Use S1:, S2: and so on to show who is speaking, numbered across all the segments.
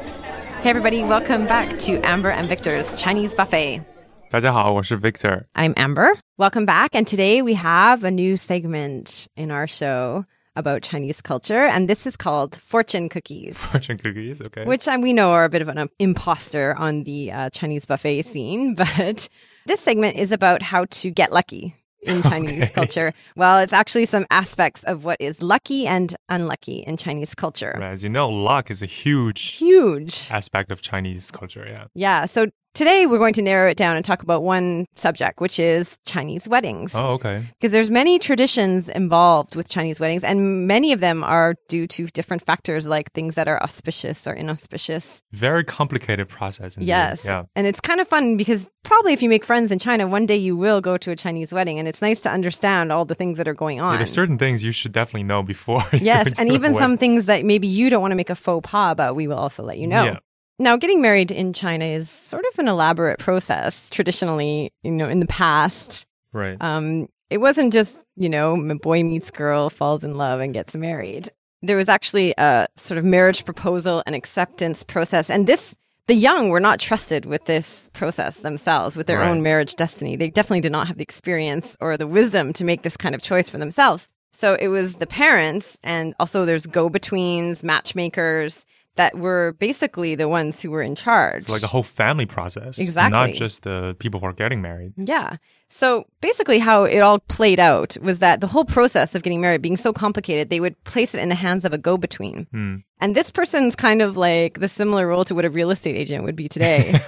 S1: Hey, everybody, welcome back to Amber and Victor's Chinese Buffet.
S2: 大家好，我是 Victor。
S1: I'm Amber. Welcome back. And today we have a new segment in our show about Chinese culture. And this is called Fortune Cookies,
S2: Fortune cookies, okay.
S1: which um, we know are a bit of an imposter on the uh, Chinese buffet scene. But this segment is about how to get lucky in Chinese
S2: Okay.
S1: culture. Well, it's actually some aspects of what is lucky and unlucky in Chinese culture.
S2: As you know, luck is a huge
S1: Huge.
S2: aspect of Chinese culture. Yeah.
S1: Yeah. So today we're going to narrow it down and talk about one subject, which is Chinese weddings.
S2: Oh, okay.
S1: Because there's many traditions involved with Chinese weddings, and many of them are due to different factors like things that are auspicious or inauspicious.
S2: Very complicated process. Indeed.
S1: Yes.
S2: Yeah.
S1: And it's kind of fun because probably if you make friends in China, one day you will go to a Chinese wedding, and it's nice to understand all the things that are going
S2: Yeah,
S1: on.
S2: There's certain things you should definitely know before. you go
S1: yes.
S2: to
S1: And
S2: a
S1: even
S2: wedding.
S1: some things that maybe you don't want to make a faux pas about, we will also let you know.
S2: Yeah.
S1: Now, getting married in China is sort of an elaborate process. Traditionally, you know, in the past,
S2: Right.
S1: um, it wasn't just you know m- boy meets girl, falls in love, and gets married. There was actually a sort of marriage proposal and acceptance process, and this the young were not trusted with this process themselves with their
S2: Right.
S1: own marriage destiny. They definitely did not have the experience or the wisdom to make this kind of choice for themselves. So it was the parents, and also there's go betweens, matchmakers that were basically the ones who were in charge.
S2: it's like a whole family process.
S1: Exactly.
S2: Not just the people who are getting married.
S1: Yeah. So basically, how it all played out was that the whole process of getting married being so complicated, they would place it in the hands of a go between.
S2: Hmm.
S1: And this person's kind of like the similar role to what a real estate agent would be today,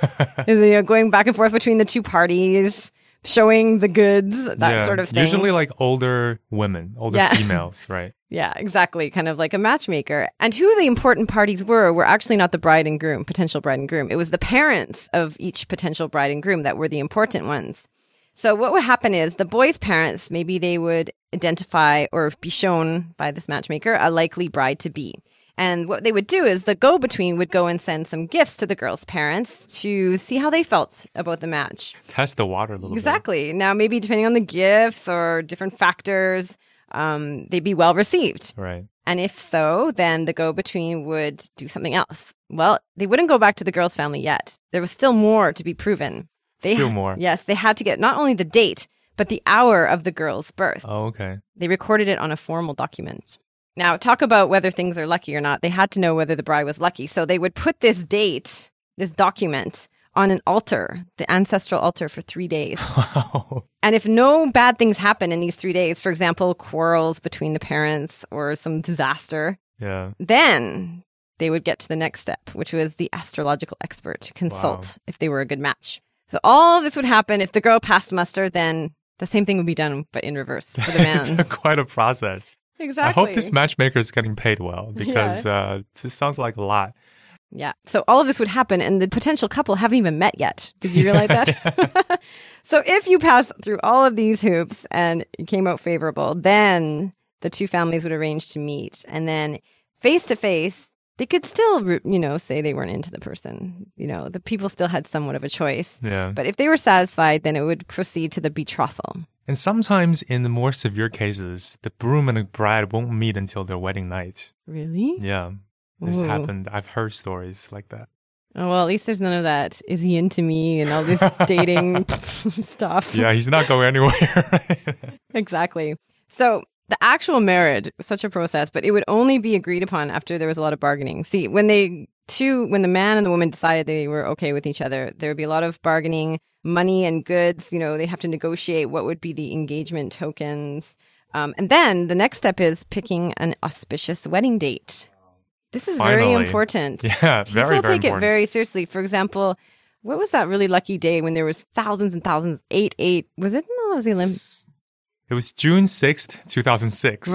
S1: Is, you know, going back and forth between the two parties, showing the goods, that
S2: Yeah.
S1: sort of thing.
S2: Usually like older women, older
S1: Yeah.
S2: females, right?
S1: Yeah, exactly. Kind of like a matchmaker. And who the important parties were were actually not the bride and groom, potential bride and groom. It was the parents of each potential bride and groom that were the important ones. So what would happen is the boy's parents, maybe they would identify or be shown by this matchmaker a likely bride to be. And what they would do is the go between would go and send some gifts to the girl's parents to see how they felt about the match.
S2: Test the water a little
S1: Exactly. Now, maybe depending on the gifts or different factors, um, they'd be well received.
S2: bit. Right.
S1: And if so, then the go between would do something else. Well, they wouldn't go back to the girl's family yet. There was still more to be proven. They
S2: Still more.
S1: Yes, they had to get not only the date, but the hour of the girl's birth.
S2: Oh, okay.
S1: They recorded it on a formal document. Now, talk about whether things are lucky or not. They had to know whether the bride was lucky. So they would put this date, this document, on an altar, the ancestral altar, for three days.
S2: Wow.
S1: And if no bad things happen in these three days, for example, quarrels between the parents or some disaster,
S2: yeah.
S1: then they would get to the next step, which was the astrological expert to consult
S2: Wow.
S1: if they were a good match. So all of this would happen if the girl passed muster, then the same thing would be done, but in reverse for the
S2: it's
S1: man.
S2: quite a process.
S1: exactly.
S2: I hope this matchmaker is getting paid well because uh, this sounds like a lot.
S1: yeah. So all of this would happen, and the potential couple haven't even met yet. Did you realize that? so if you passed through all of these hoops and it came out favorable, then the two families would arrange to meet, and then face to face, they could still, ru- you know, say they weren't into the person. You know, the people still had somewhat of a choice.
S2: Yeah.
S1: But if they were satisfied, then it would proceed to the betrothal.
S2: And sometimes in the more severe cases, the groom and the bride won't meet until their wedding night.
S1: Really?
S2: Yeah. This
S1: Ooh.
S2: happened. I've heard stories like that.
S1: Oh, well, at least there's none of that. Is he into me and all this dating stuff?
S2: Yeah, he's not going anywhere. right?
S1: Exactly. So the actual marriage was such a process, but it would only be agreed upon after there was a lot of bargaining. See, when they two when the man and the woman decided they were okay with each other, there would be a lot of bargaining, money and goods, you know, they have to negotiate what would be the engagement tokens. Um, and then the next step is picking an auspicious wedding date. This is very
S2: Finally.
S1: important.
S2: yeah,
S1: People
S2: very, very
S1: take
S2: important.
S1: it very seriously. For example, what was that really lucky day when there was thousands and thousands? Eight, eight. Was it? No, it was the Olympics.
S2: It was June 6th, 2006.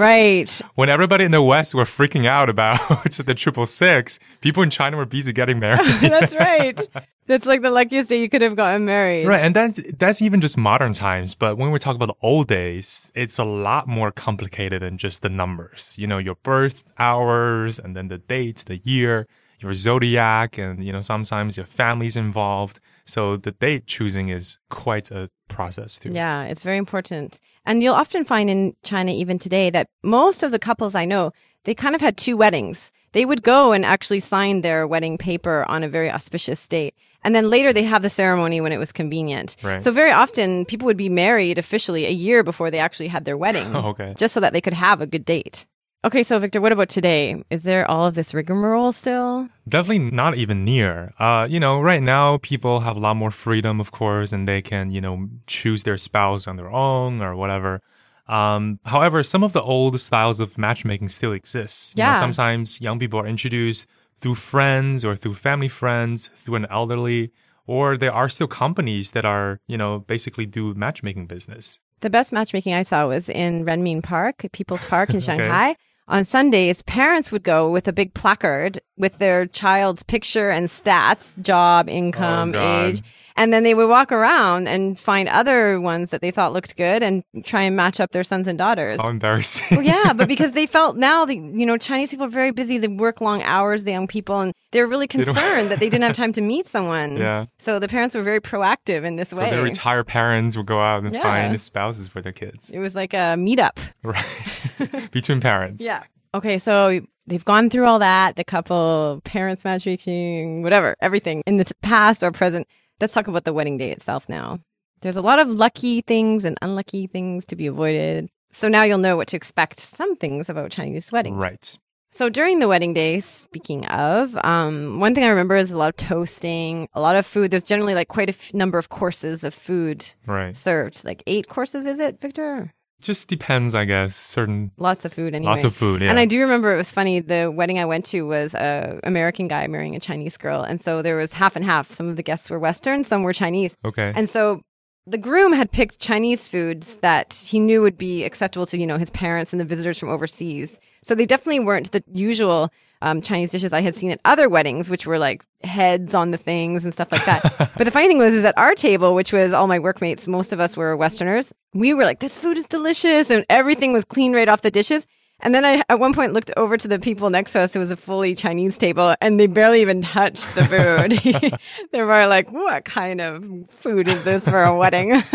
S1: Right.
S2: When everybody in the West were freaking out about the triple six, people in China were busy getting married.
S1: That's right. That's like the luckiest day you could have gotten married.
S2: Right, and that's that's even just modern times. But when we talk about the old days, it's a lot more complicated than just the numbers. You know, your birth hours, and then the date, the year, your zodiac, and you know sometimes your family's involved. So the date choosing is quite a process too.
S1: Yeah, it's very important. And you'll often find in China, even today, that most of the couples I know, they kind of had two weddings. They would go and actually sign their wedding paper on a very auspicious date. And then later they'd have the ceremony when it was convenient.
S2: Right.
S1: So very often people would be married officially a year before they actually had their wedding.
S2: Okay.
S1: Just so that they could have a good date. Okay, so Victor, what about today? Is there all of this rigmarole still?
S2: Definitely not even near. Uh, you know, right now people have a lot more freedom, of course, and they can, you know, choose their spouse on their own or whatever. Um, however, some of the old styles of matchmaking still exist. You know,
S1: Yeah.
S2: sometimes young people are introduced through friends or through family friends, through an elderly, or there are still companies that are, you know, basically do matchmaking business.
S1: The best matchmaking I saw was in Renmin Park, People's Park in Shanghai. On Sundays, parents would go with a big placard with their child's picture and stats, job, income,
S2: Oh, God.
S1: age. And then they would walk around and find other ones that they thought looked good and try and match up their sons and daughters.
S2: How embarrassing.
S1: Well, yeah, but because they felt now the you know Chinese people are very busy. They work long hours, the young people, and they're really
S2: don't-
S1: concerned that they didn't have time to meet someone.
S2: Yeah.
S1: So the parents were very proactive in this
S2: So
S1: way.
S2: their retired parents will go out and
S1: Yeah.
S2: find spouses for their kids,
S1: it was like a meetup.
S2: right? Between parents.
S1: Okay, so they've gone through all that, the couple, parents matchmaking, whatever, everything in the past or present. Let's talk about the wedding day itself now. There's a lot of lucky things and unlucky things to be avoided. So now you'll know what to expect some things about Chinese weddings.
S2: Right.
S1: So during the wedding day, speaking of, um, one thing I remember is a lot of toasting, a lot of food. There's generally like quite a f- number of courses of food
S2: Right.
S1: served, like eight courses, is it, Victor?
S2: Just depends, I guess. Certain
S1: Lots of food, anyway.
S2: lots of food. Yeah.
S1: And I do remember it was funny. The wedding I went to was a American guy marrying a Chinese girl, and so there was half and half. Some of the guests were Western, some were Chinese,
S2: okay.
S1: and so the groom had picked Chinese foods that he knew would be acceptable to you know his parents and the visitors from overseas. So they definitely weren't the usual um, Chinese dishes I had seen at other weddings, which were like heads on the things and stuff like that. but the funny thing was, is at our table, which was all my workmates, most of us were Westerners. We were like, "This food is delicious," and everything was clean right off the dishes. And then I, at one point, looked over to the people next to us. who was a fully Chinese table, and they barely even touched the food. they were like, "What kind of food is this for a wedding?"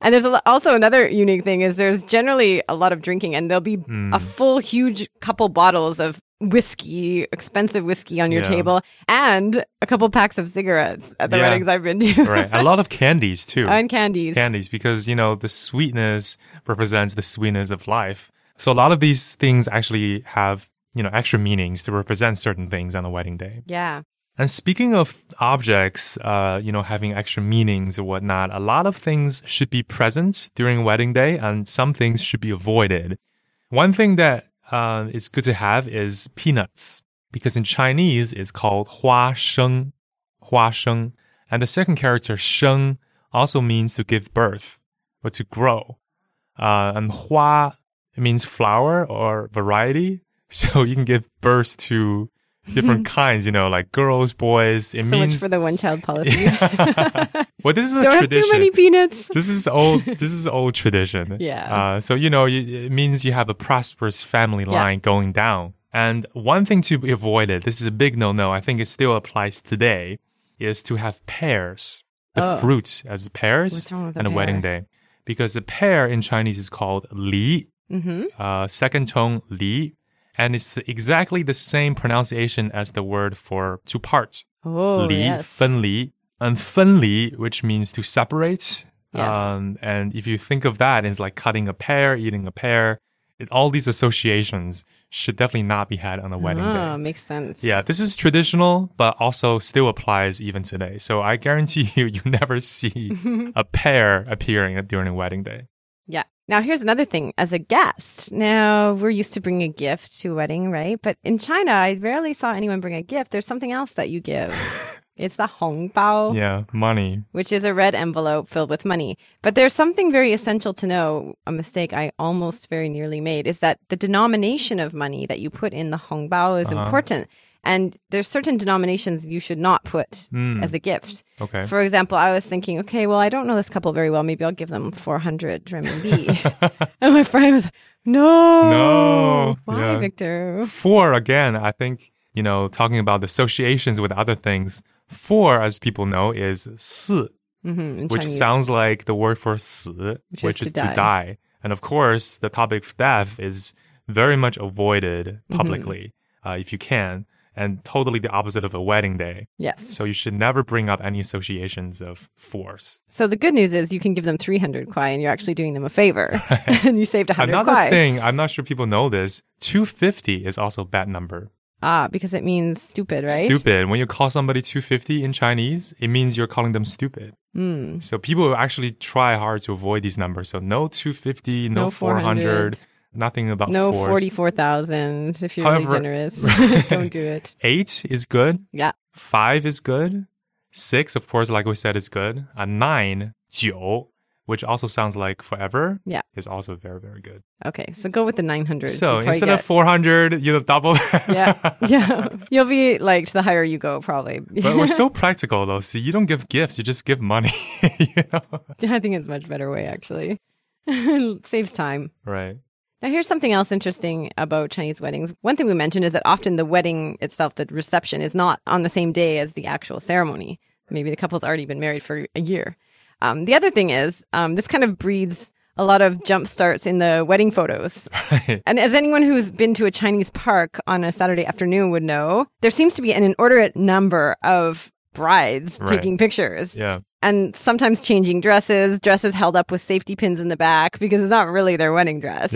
S1: and there's a, lo- also another unique thing is there's generally a lot of drinking, and there'll be
S2: Hmm.
S1: a full, huge couple bottles of whiskey, expensive whiskey on your
S2: Yeah.
S1: table, and a couple packs of cigarettes at the
S2: Yeah.
S1: weddings I've been to,
S2: right. A lot of candies too.
S1: and candies.
S2: candies because you know the sweetness represents the sweetness of life. So a lot of these things actually have you know extra meanings to represent certain things on a wedding day.
S1: Yeah.
S2: And speaking of objects, uh, you know, having extra meanings or whatnot, a lot of things should be present during wedding day and some things should be avoided. One thing that uh, is good to have is peanuts, because in Chinese it's called hua sheng, hua sheng. And the second character, sheng, also means to give birth or to grow. Uh, and hua means flower or variety. So you can give birth to different kinds, you know, like girls, boys. It
S1: So much
S2: means
S1: for the one child policy.
S2: well, this is a
S1: Don't have
S2: tradition.
S1: too many peanuts.
S2: This is old. this is old tradition.
S1: Yeah.
S2: Uh, so you know, you, it means you have a prosperous family line going down. And one thing to be avoided. This is a big no-no. I think it still applies today. Is to have pears, the
S1: Oh.
S2: fruits as pears,
S1: What's wrong with a
S2: on a wedding day, because a pear in Chinese is called li
S1: Mm-hmm.
S2: uh, second tone li, and it's the, exactly the same pronunciation as the word for two parts,
S1: Oh,
S2: li,
S1: yes.
S2: 分离, and 分离, which means to separate.
S1: Yes.
S2: Um, and if you think of that, it's like cutting a pear, eating a pear. It, all these associations should definitely not be had on a wedding
S1: oh,
S2: day.
S1: makes sense.
S2: Yeah, this is traditional, but also still applies even today. So I guarantee you, you never see a pear appearing during a wedding day.
S1: Yeah. Now, here's another thing as a guest. Now, we're used to bringing a gift to a wedding, right? But in China, I rarely saw anyone bring a gift. There's something else that you give. it's the hongbao,
S2: Yeah, money.
S1: which is a red envelope filled with money. But there's something very essential to know, a mistake I almost very nearly made, is that the denomination of money that you put in the hongbao is
S2: Uh-huh.
S1: important. And there's certain denominations you should not put
S2: Mm,
S1: as a gift.
S2: okay.
S1: For example, I was thinking, okay, well, I don't know this couple very well. Maybe I'll give them 400 renminbi. and my friend was, no.
S2: No.
S1: Why,
S2: Yeah.
S1: Victor?
S2: Four, again, I think, you know, talking about the associations with other things, four, as people know, is 四,
S1: hmm in
S2: which
S1: Chinese.
S2: sounds like the word for 死, which,
S1: is
S2: is,
S1: to
S2: to
S1: die.
S2: die. And of course, the topic of death is very much avoided
S1: Mm-hmm.
S2: publicly uh, if you can, and totally the opposite of a wedding day.
S1: Yes.
S2: So you should never bring up any associations of force.
S1: So the good news is you can give them 300 kwai and you're actually doing them a favor. and you saved 100
S2: Another
S1: kwai.
S2: thing, I'm not sure people know this 250 is also a bad number.
S1: Ah, because it means stupid, right?
S2: Stupid. When you call somebody 250 in Chinese, it means you're calling them stupid.
S1: Mm.
S2: So people actually try hard to avoid these numbers. So no 250, no,
S1: No 400,
S2: 400, nothing about
S1: No
S2: force.
S1: 44,000 if you're really
S2: However-
S1: generous. Don't do it.
S2: Eight is good.
S1: Yeah.
S2: Five is good. Six, of course, like we said, is good. A nine, 九, which also sounds like forever.
S1: Yeah.
S2: Is also very, very good.
S1: Okay. So go with the 900.
S2: So
S1: You'll probably
S2: instead of
S1: get-
S2: 400, you have double. that.
S1: yeah. Yeah. You'll be liked the higher you go, probably.
S2: but we're so practical though. See, you don't give gifts, you just give money. you know?
S1: I think it's a much better way, actually. Saves time.
S2: Right.
S1: Now, here's something else interesting about Chinese weddings. One thing we mentioned is that often the wedding itself, the reception, is not on the same day as the actual ceremony. Maybe the couple's already been married for a year. Um, the other thing is, um, this kind of breeds a lot of jump starts in the wedding photos. And as anyone who's been to a Chinese park on a Saturday afternoon would know, there seems to be an inordinate number of brides
S2: Right.
S1: taking pictures
S2: yeah.
S1: and sometimes changing dresses, dresses held up with safety pins in the back because it's not really their wedding dress,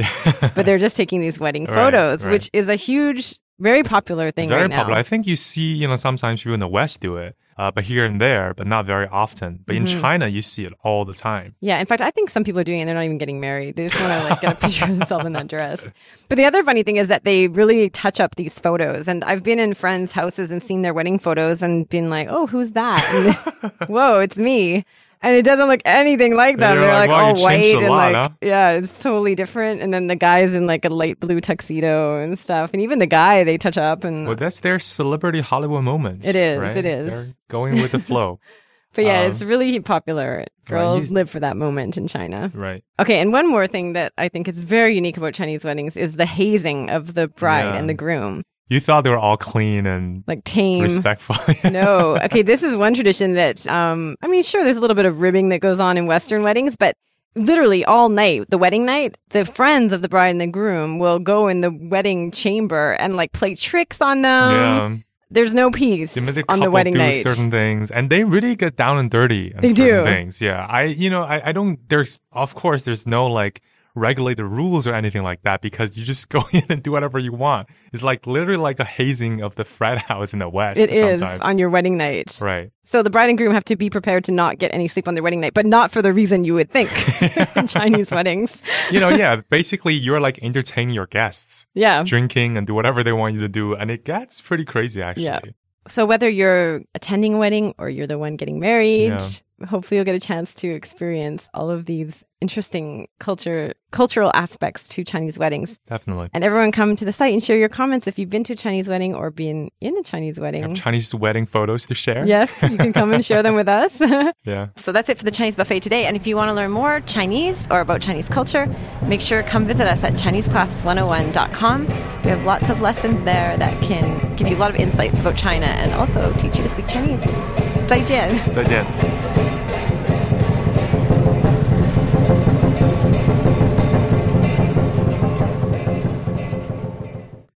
S1: but they're just taking these wedding
S2: Right,
S1: photos,
S2: right.
S1: which is a huge, very popular thing
S2: very
S1: right now.
S2: popular. I think you see, you know, sometimes people in the West do it, uh, but here and there, but not very often. But in
S1: Mhm.
S2: China, you see it all the time.
S1: Yeah, in fact, I think some people are doing it. and They're not even getting married. They just want to like get a picture of themselves in that dress. But the other funny thing is that they really touch up these photos. And I've been in friends' houses and seen their wedding photos and been like, "Oh, who's that?" And, Whoa, it's me. And it doesn't look anything like them.
S2: you're
S1: They're
S2: like,
S1: like,
S2: "Wow,
S1: all
S2: you
S1: white
S2: changed a
S1: and
S2: lot,
S1: like,
S2: huh?"
S1: yeah, it's totally different. And then the guy's in like a light blue tuxedo and stuff. And even the guy, they touch up. And
S2: Well, that's their celebrity Hollywood moments.
S1: It is,
S2: right?
S1: it is.
S2: They're going with the flow.
S1: but yeah,
S2: um,
S1: it's really popular. Girls
S2: he's-
S1: live for that moment in China.
S2: right.
S1: Okay, and one more thing that I think is very unique about Chinese weddings is the hazing of the bride
S2: Yeah.
S1: and the groom,
S2: You thought they were all clean and
S1: like tame.
S2: respectful.
S1: no, okay, this is one tradition that um, I mean, sure, there's a little bit of ribbing that goes on in Western weddings, but literally all night, the wedding night, the friends of the bride and the groom will go in the wedding chamber and like play tricks on them.
S2: yeah.
S1: There's no peace
S2: They made the
S1: Um, on the
S2: couple
S1: wedding
S2: do
S1: night.
S2: certain things, and they really get down and dirty. On
S1: They
S2: certain
S1: do.
S2: things. Yeah, I you know I, I don't. There's of course there's no like regulated rules or anything like that because you just go in and do whatever you want. It's like literally like a hazing of the frat house in the West.
S1: It is
S2: sometimes.
S1: on your wedding night.
S2: right.
S1: So the bride and groom have to be prepared to not get any sleep on their wedding night, but not for the reason you would think in Chinese weddings.
S2: You know, yeah. Basically, you're like entertaining your guests,
S1: Yeah.
S2: drinking and do whatever they want you to do, and it gets pretty crazy actually.
S1: Yeah. So whether you're attending a wedding or you're the one getting married, hopefully you'll get a chance to experience all of these interesting culture cultural aspects to Chinese weddings.
S2: Definitely.
S1: And everyone come to the site and share your comments if you've been to a Chinese wedding or been in a Chinese
S2: Have
S1: wedding.
S2: Chinese wedding photos to share.
S1: Yes, you can come and share them with us.
S2: Yeah.
S1: So that's it for the Chinese buffet today. And if you want to learn more Chinese or about Chinese culture, make sure to come visit us at ChineseClass101.com. We have lots of lessons there that can give you a lot of insights about China and also teach you to speak Chinese. 再见.
S2: So, yeah.